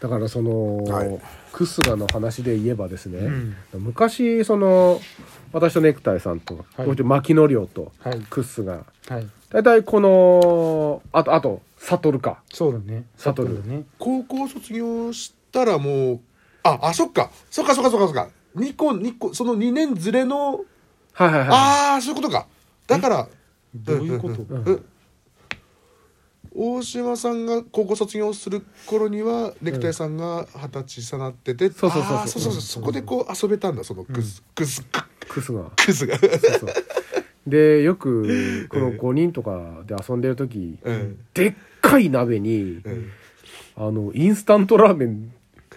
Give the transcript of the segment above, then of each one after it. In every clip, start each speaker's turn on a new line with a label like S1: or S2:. S1: だからその、
S2: はい
S1: クスガの話で言えばですね、昔その私とネクタイさんと、
S3: はい
S1: もちろん牧野亮と
S3: はい
S1: クスガ
S3: はい
S1: 大体このあとあと悟るか
S3: そうだね
S1: サトル
S3: だね
S2: 高校卒業したらもうああそっかそっかそっかそっかそっか2個二個その2年ずれの
S1: はいはいは
S2: ああそういうことかだから
S3: どういうこと
S2: んうん大島さんが高校卒業する頃にはネクタイさんが二十歳差なってて、
S1: そうそうそうそう
S2: あーそうそうそうそこでこう遊べたんだそのクズ、クズ
S1: いクスガ
S2: クズが、
S1: そうそうでよくこの5人とかで遊んでる時、
S2: うん
S1: でっかい鍋に、
S2: うん、
S1: あのインスタントラーメン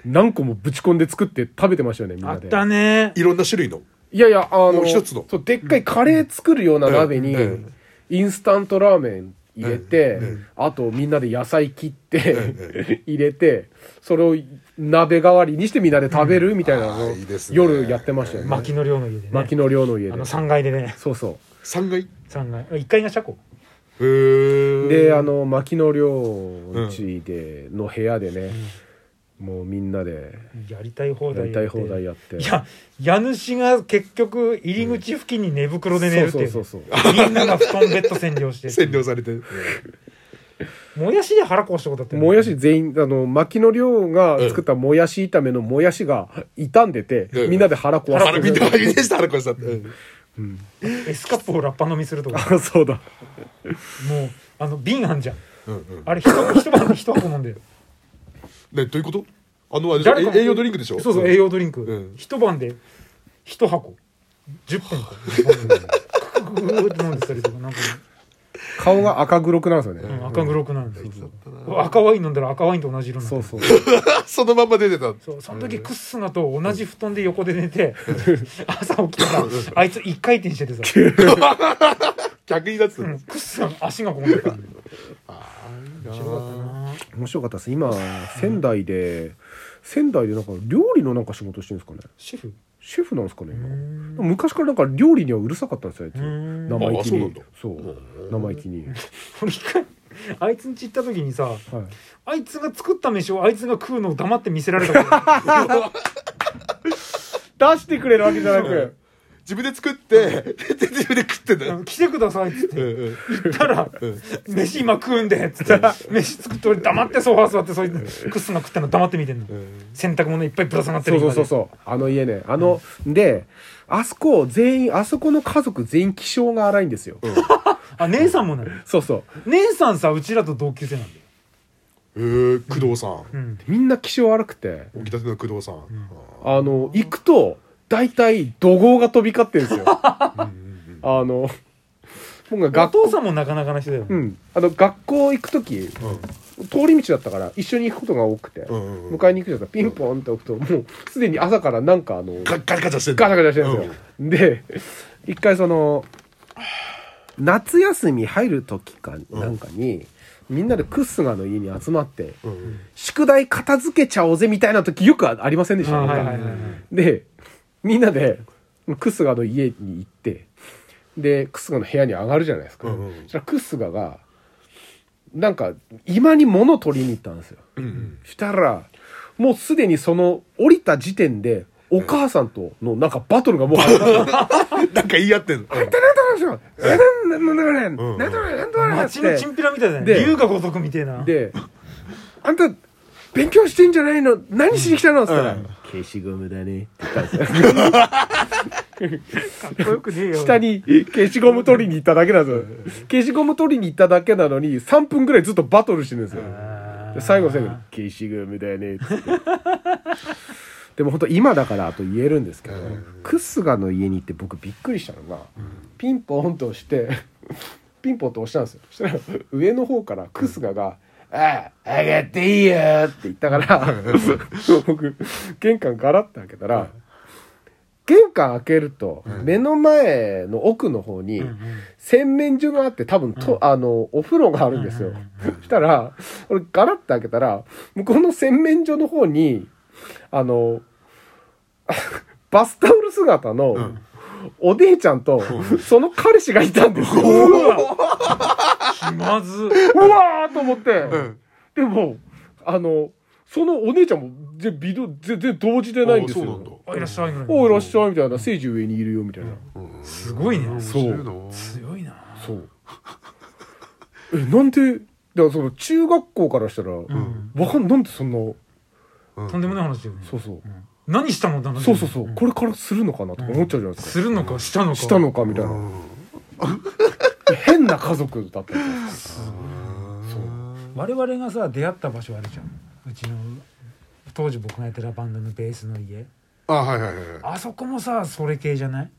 S1: 何個もぶち込んで作って食べてましたよねみん
S3: あ
S1: な
S3: っ
S1: で
S3: たね
S2: いろんな種類の
S1: いやいやあ
S2: も
S1: の
S2: う一つの
S1: そうでっかいカレー作るような鍋に、
S2: うんうん
S1: インスタントラーメン入れて、
S2: うんう
S1: あとみんなで野菜切って、
S2: う ん
S1: 入れてそれを鍋代わりにしてみんなで食べるみたいなの
S2: あ
S1: を、
S2: ーいいですね
S1: 夜やってましたよね
S3: 牧野寮の家でね
S1: 牧野寮の家
S3: あ
S1: で
S3: の3階でね
S1: そうそ
S2: 3階へ
S3: 3階1階が車庫
S1: う
S2: え
S1: であの牧野寮地での部屋でね、もうみんなで
S3: やりたい放
S1: や
S3: 題
S1: りたい放題やって
S3: いや家主が結局入り口付近に寝袋で寝るっていう
S1: そう
S3: ね
S1: そうそう
S3: みんなが布団ベッド占領して
S2: 占領されて
S3: もやしで腹壊したことだったよね
S1: もやし全員あの牧野亮が作ったもやし炒めのもやしが傷んでて、
S2: うん
S1: みんなで腹壊
S2: 腹見
S1: して
S2: まいりでした腹壊したって、うん
S3: エスカップをラッパ飲みするとか
S1: たそうだ
S3: もうあの瓶あんじゃん
S2: うんうん、
S3: あれ一一晩で一箱飲んでる
S2: ねどういうことあのあれ
S3: 誰かも
S2: え栄養ドリンクでしょ
S3: そうそう栄養ドリンク、
S2: うん
S3: 一晩で一箱10分か クククククって飲んでたりとかなんか、
S1: 顔が赤黒くなるんですよ
S3: う
S1: ね、
S3: ん赤黒くなるんだよ赤ワイン飲んだら赤ワインと同じ色になって
S1: そう
S3: る
S1: そう
S2: そのまんま出てた
S3: そうその時クッスナと同じ布団で横で寝て 朝起きたらあいつ一回転しててさ、
S2: 逆になってた、
S3: うん、クッスナの足がここにあったんだよ
S2: あーいいな
S3: 面白かったな
S1: 面白かったです今仙台で仙台でなんか料理のなんか仕事してるんですかね
S3: シェフ
S1: シェフなんですかね
S3: う
S1: 今
S3: ん
S1: 昔からなんか料理にはうるさかったんですよあいつ
S3: うーん
S1: 生意気に
S2: あ
S1: そう生意気に、はい、
S3: 俺一回あいつんち行った時にさあいつが作った飯をあいつが食うのを黙って見せられたことある
S1: 出してくれるわけじゃなく
S2: 自分で作ってで自分で食ってんだ
S3: あ
S2: よ
S3: の来てくださいっ
S2: う
S3: つっ
S2: ん
S3: て
S2: うん
S3: 言ったら
S2: うん
S3: 「飯今食うんで」っ つって飯作って俺黙ってソファー座ってそういうクッスナ食ったの黙って見てんの
S2: うん
S3: 洗濯物いっぱいぶら下がって
S1: そうそ
S3: る
S1: うそう
S3: う
S1: そうあの家ねあの、であそこ全員あそこの家族全員気性が荒いんですよ、
S3: あ姉さんもなの
S1: そうそう
S3: 姉さんさうちらと同級生なんだよ
S2: えー、工藤さん、
S3: うん
S1: みんな気性荒くて
S2: 起きたての工藤さん、
S1: あの行くと大体怒号が飛び交ってるんですよあの僕が
S3: お
S1: 学
S3: 父
S1: 校
S3: さんもなかなかな人だよ
S1: う
S3: ね
S1: ん、あの学校行く時
S2: うん
S1: 通り道だったから一緒に行くことが多くて、
S2: うんうんうん
S1: 迎えに行くじゃないですかピンポンって置くともうすでに朝からなんかあの
S2: ガガチャガチャしてん
S1: ガ
S2: だ
S1: チャガチャしてるんですよ、で一回その夏休み入る時かなんかに、みんなでクッスガの家に集まって
S2: うんうん
S1: 宿題片付けちゃおうぜみたいな時よくあありませんでし
S3: あ
S1: た、
S3: はいはいはいはい
S1: でみんなでクスガの家に行ってでクスガの部屋に上がるじゃないですか、
S2: うんうん
S1: そしたらクスガがなんか今に物を取りに行ったんですよ
S2: うんうん
S1: したらもうすでにその降りた時点でお母さんとのなんかバトルがもう始まって
S2: なんか言い合ってんの、うん
S1: たんですよえなんなんなんなんなんなんなんなんなんっ
S3: 街のチ
S1: て
S3: ンピラみたいだね
S1: で
S3: 龍が如くみたいな
S1: で「あんた勉強してんじゃないの何しに来たの?」っつったら
S2: うん
S1: 「消しゴムだね」って言ったんですよ
S3: かっこよくねえよ
S1: 下に消しゴム取りに行っただけなんですよ。消しゴム取りに行っただけなのに、3分ぐらいずっとバトルしてるんですよ。
S3: あ
S1: で
S3: ー
S1: 最後の最後に、消しゴムだよねっつって。でも本当今だからと言えるんですけど、クスガの家に行って僕びっくりしたのが、ピンポンと押して、 ピンポンと押したんですよ。そしたら上の方からクスガが、ああ、上がっていいよって言った から、僕、玄関ガラッて開けたら、玄関開けると、目の前の奥の方に、洗面所があって、多分と、あの、お風呂があるんですよ。そしたら、俺、ガラッて開けたら、向こうの洗面所の方に、あの、バスタオル姿の、お姉ちゃんと、その彼氏がいたんですよ。
S3: うわ気まず
S1: うわーと思って、
S2: うん
S1: でも、あの、そのお姉ちゃんもぜ微動全然動じてないんです
S2: ああ
S1: よ
S3: あいらっしゃいぐらい
S1: おいらっしゃいみたいな聖樹上にいるよみたいな、
S2: そうなんだ
S3: すごいね
S2: うん
S1: そう
S2: 面白い
S3: 強いな
S1: そう えなんでだからその中学校からしたら、
S3: ん
S1: わかんなんでそんな
S2: なうん
S3: とんでもない話だよね
S1: そうそう、
S3: うん何したのだな
S1: そうそうそう、
S3: ん
S1: これからするのかなとか思っちゃうじゃないです
S3: す
S1: か、
S3: るのかしたのか
S1: したのかみたいな、
S2: うん
S1: 変な家族だったりとか
S2: そう
S3: 我々がさ出会った場所あるじゃんうちの当時僕がやってたバンドのベースの家
S2: あはいはいはいはい
S3: あそこもさそれ系じゃない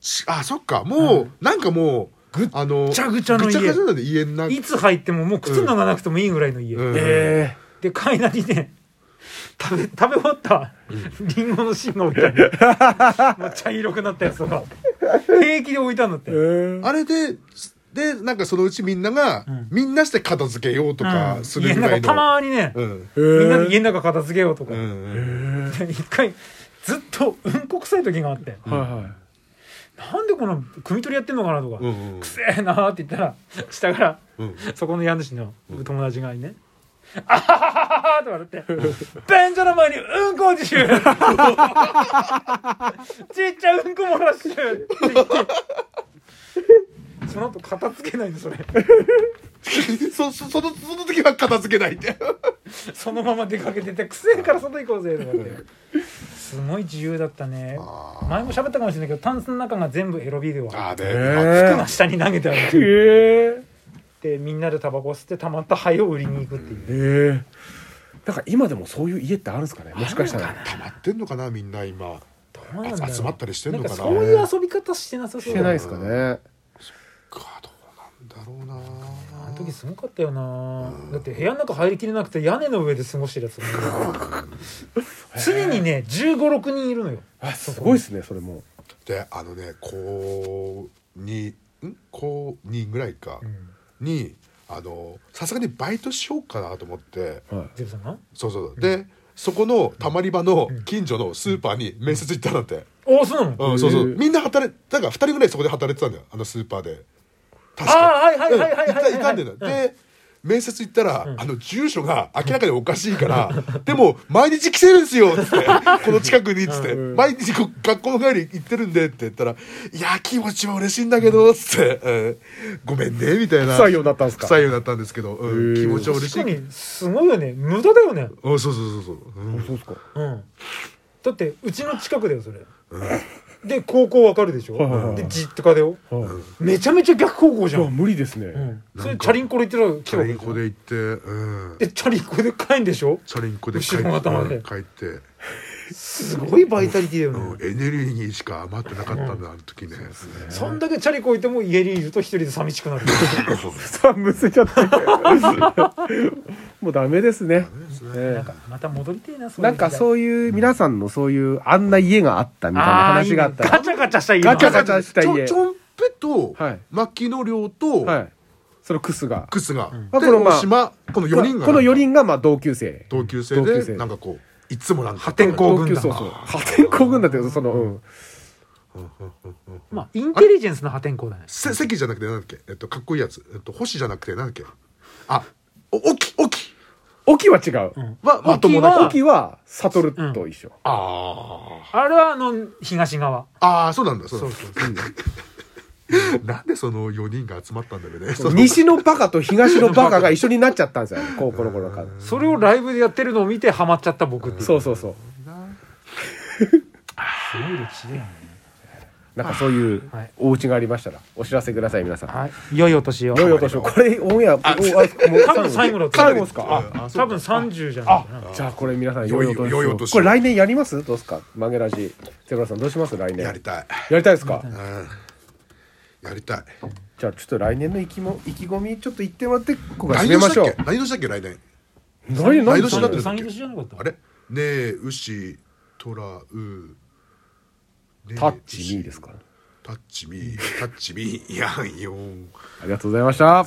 S2: しあそっかもう、なんかもう
S3: ぐっ
S2: あの
S3: ちゃぐちゃの家
S2: ぐちゃぐちゃなんで家の中
S3: いつ入ってももう靴脱がなくてもいいぐらいの家、
S2: うん
S1: え
S3: で階段にね食べ食べ終わったリンゴの芯が置いてあるもう茶色くなったやつとか平気で置いたんだって
S1: えー
S2: あれででなんかそのうちみんなが、
S3: ん
S2: みんなして片付けようと
S3: う
S2: か
S3: ん
S2: する
S3: 家
S2: ぐ
S3: の
S2: ら
S3: 中
S2: い
S3: た
S2: の、
S3: まにね、
S2: うん
S3: みんなで家の中片付けようとか、
S2: うんうん
S3: で一回ずっとうんこ臭い時があって、
S1: はいはい
S3: なんでこの汲み取りやってんのかなとか、
S2: うんうん
S3: くせえなーって言ったら下から
S2: うん
S3: そこの家主の友達がね「あはははは!」と笑って「便所の前にうんこ自 習! 」「ちっちゃいうんこ漏らしてる!」って言ってその後片付けないのそれ
S2: そそそのその時は片付けないって
S3: そのまま出かけてて「くせえから外行こうぜ」とかってすごい自由だったね
S2: あー
S3: 前も喋ったかもしれないけどタンスの中が全部エロビデオ
S2: ああね、
S1: えー
S3: 下に投げてある
S1: えー
S3: でみんなでタバコ吸ってたまった灰を売りに行くっていう
S1: えーなんか今でもそういう家ってあるんですかねもしかしたら
S2: 溜まってんのかなみんな今
S3: どうなんだろう
S2: 集まったりしてんのかな
S3: なんかそういう遊び方してなさそう
S1: し
S3: だ
S1: て
S3: な
S1: ないですかね
S2: かどうなんだろうな
S3: あの時すごかったよなだって部屋の中入りきれなくて屋根の上で過ごしてるやつが 常にね1 5 6人いるのよ
S1: あすごいですねそれも
S2: であのね高2ん高2ぐらいか
S3: うん
S2: にあのさすがにバイトしようかなと思って
S1: は
S3: ゼブさんが
S2: そうそうそうで、そこのたまり場の近所のスーパーに面接行ったんだって、
S3: おおそうなの
S2: うんそうそう
S1: へえ
S2: みんな働いなんか2人ぐらいそこで働いてたんだよあのスーパーで確
S3: ああはいはい
S2: うん
S3: はいはいはいはい
S2: いたいたんだよ、で面接行ったら、あの住所が明らかにおかしいから、でも毎日来てるんですよっつって この近くにっつって、
S1: うん
S2: 毎日こ学校の帰り行ってるんでって言ったら「いや気持ちは嬉しいんだけど」っつって、うんごめんね」みたい
S1: い
S2: な
S1: 不採用だったんです
S2: 不
S1: か
S2: 採用だったんですけど、うん
S1: へえ
S2: 気持ちは嬉し
S3: 確
S2: い
S3: かにすごいよね無駄だよね
S2: おそうそうそうそう、うん
S1: あそうですか
S3: うんだってうちの近くだよそれで高校わかるでし
S1: はいはいは
S3: ょ
S1: い
S3: で実家だよ
S1: は
S3: めちゃめちゃ逆高校
S1: い
S3: じ
S1: い
S3: ゃ
S1: や
S3: ん
S1: 無理です
S3: う
S1: ね
S3: んそれチャリンコで行ってるわけ
S2: チ
S3: わ
S2: ャ
S3: け
S2: リン
S3: でし
S2: コ
S3: ょ
S2: で行って、うん、
S3: でチャリンコで帰んでしょ
S2: チャリンコで帰っ
S3: 後ろの頭
S2: て
S3: で
S2: 帰って、
S3: すごいバイタリティだよ
S2: う
S3: ね
S2: ん、エネルギーしか余ってなかったんだあの時ね。
S3: そんだけチャリこいても家にいると一人で寂し くなる
S1: さあむせちゃったもうダメですね
S3: な
S1: え
S3: んかまた戻りてえなそう
S1: なんか
S3: う
S1: そういう皆さんのそういうあんな家があったみたいな話があった
S3: ガ
S1: ら
S3: チャガチャした家
S1: ガチャガチャした
S2: ちょ
S1: 家
S2: ちょんぺと
S1: はい
S2: 牧野亮と
S1: はいそのクスが
S2: クスが、
S1: あ
S2: で
S1: このまあ
S2: 大島この4人が
S1: この4人がまあ同級生
S2: 同級生
S1: 同級
S2: で
S1: 生
S2: なんかこういつもなんか
S3: 破天荒
S1: 同
S3: 軍
S1: 級
S3: 団
S1: そうそう破天荒軍団っていうかそのうん
S3: まあインテリジェンスの破天荒だね
S2: せ関じゃなくてなんだっけえっとかっこいいやつえっと星じゃなくてなんだっけあおきおき
S1: オキは違う
S2: はまとも
S3: 沖
S2: な
S3: は
S1: オキはサトルと一緒
S2: あー
S3: あれはあの東側
S2: あーそうなんだそう
S3: そ
S2: な
S3: うん
S2: だ
S3: そう
S2: なんでその4人が集まったんだろうね
S1: そう西のバカと東のバカが一緒になっちゃったんですよ高校の頃から
S3: それをライブでやってるのを見てハマっちゃった僕っていう
S1: そうそうそう
S3: すごい歴史だよね
S1: なんかそういう
S3: はい
S1: お家がありましたらお知らせください皆さん
S3: はい良いお年を
S1: 良いお年をこれオンエアおあ もう
S3: 多分最後だと思う
S1: 最後ですかあ
S2: あそ
S3: 多
S2: うか
S3: 分30じゃないかな
S1: じゃあこれ皆さん
S2: 良い
S1: を
S2: 良いお年を
S1: これ来年やりますどうですかマゲラジゼブラさんどうします来年
S2: やりたい
S1: やりたいですか
S2: やりたい
S1: じゃあちょっと来年の意気も意気込みちょっと言ってもらってここから締めましょう
S2: 何年したっけ何年したっけ来年
S1: 何
S2: 来
S1: 何
S2: 年
S1: そんな
S2: に
S1: っ
S2: なってて
S1: る
S2: る
S3: 三年じゃなかった
S2: あれねえ牛トラウ
S1: タッチミーですか
S2: タッチミータッチミーいやんよん
S1: ありがとうございました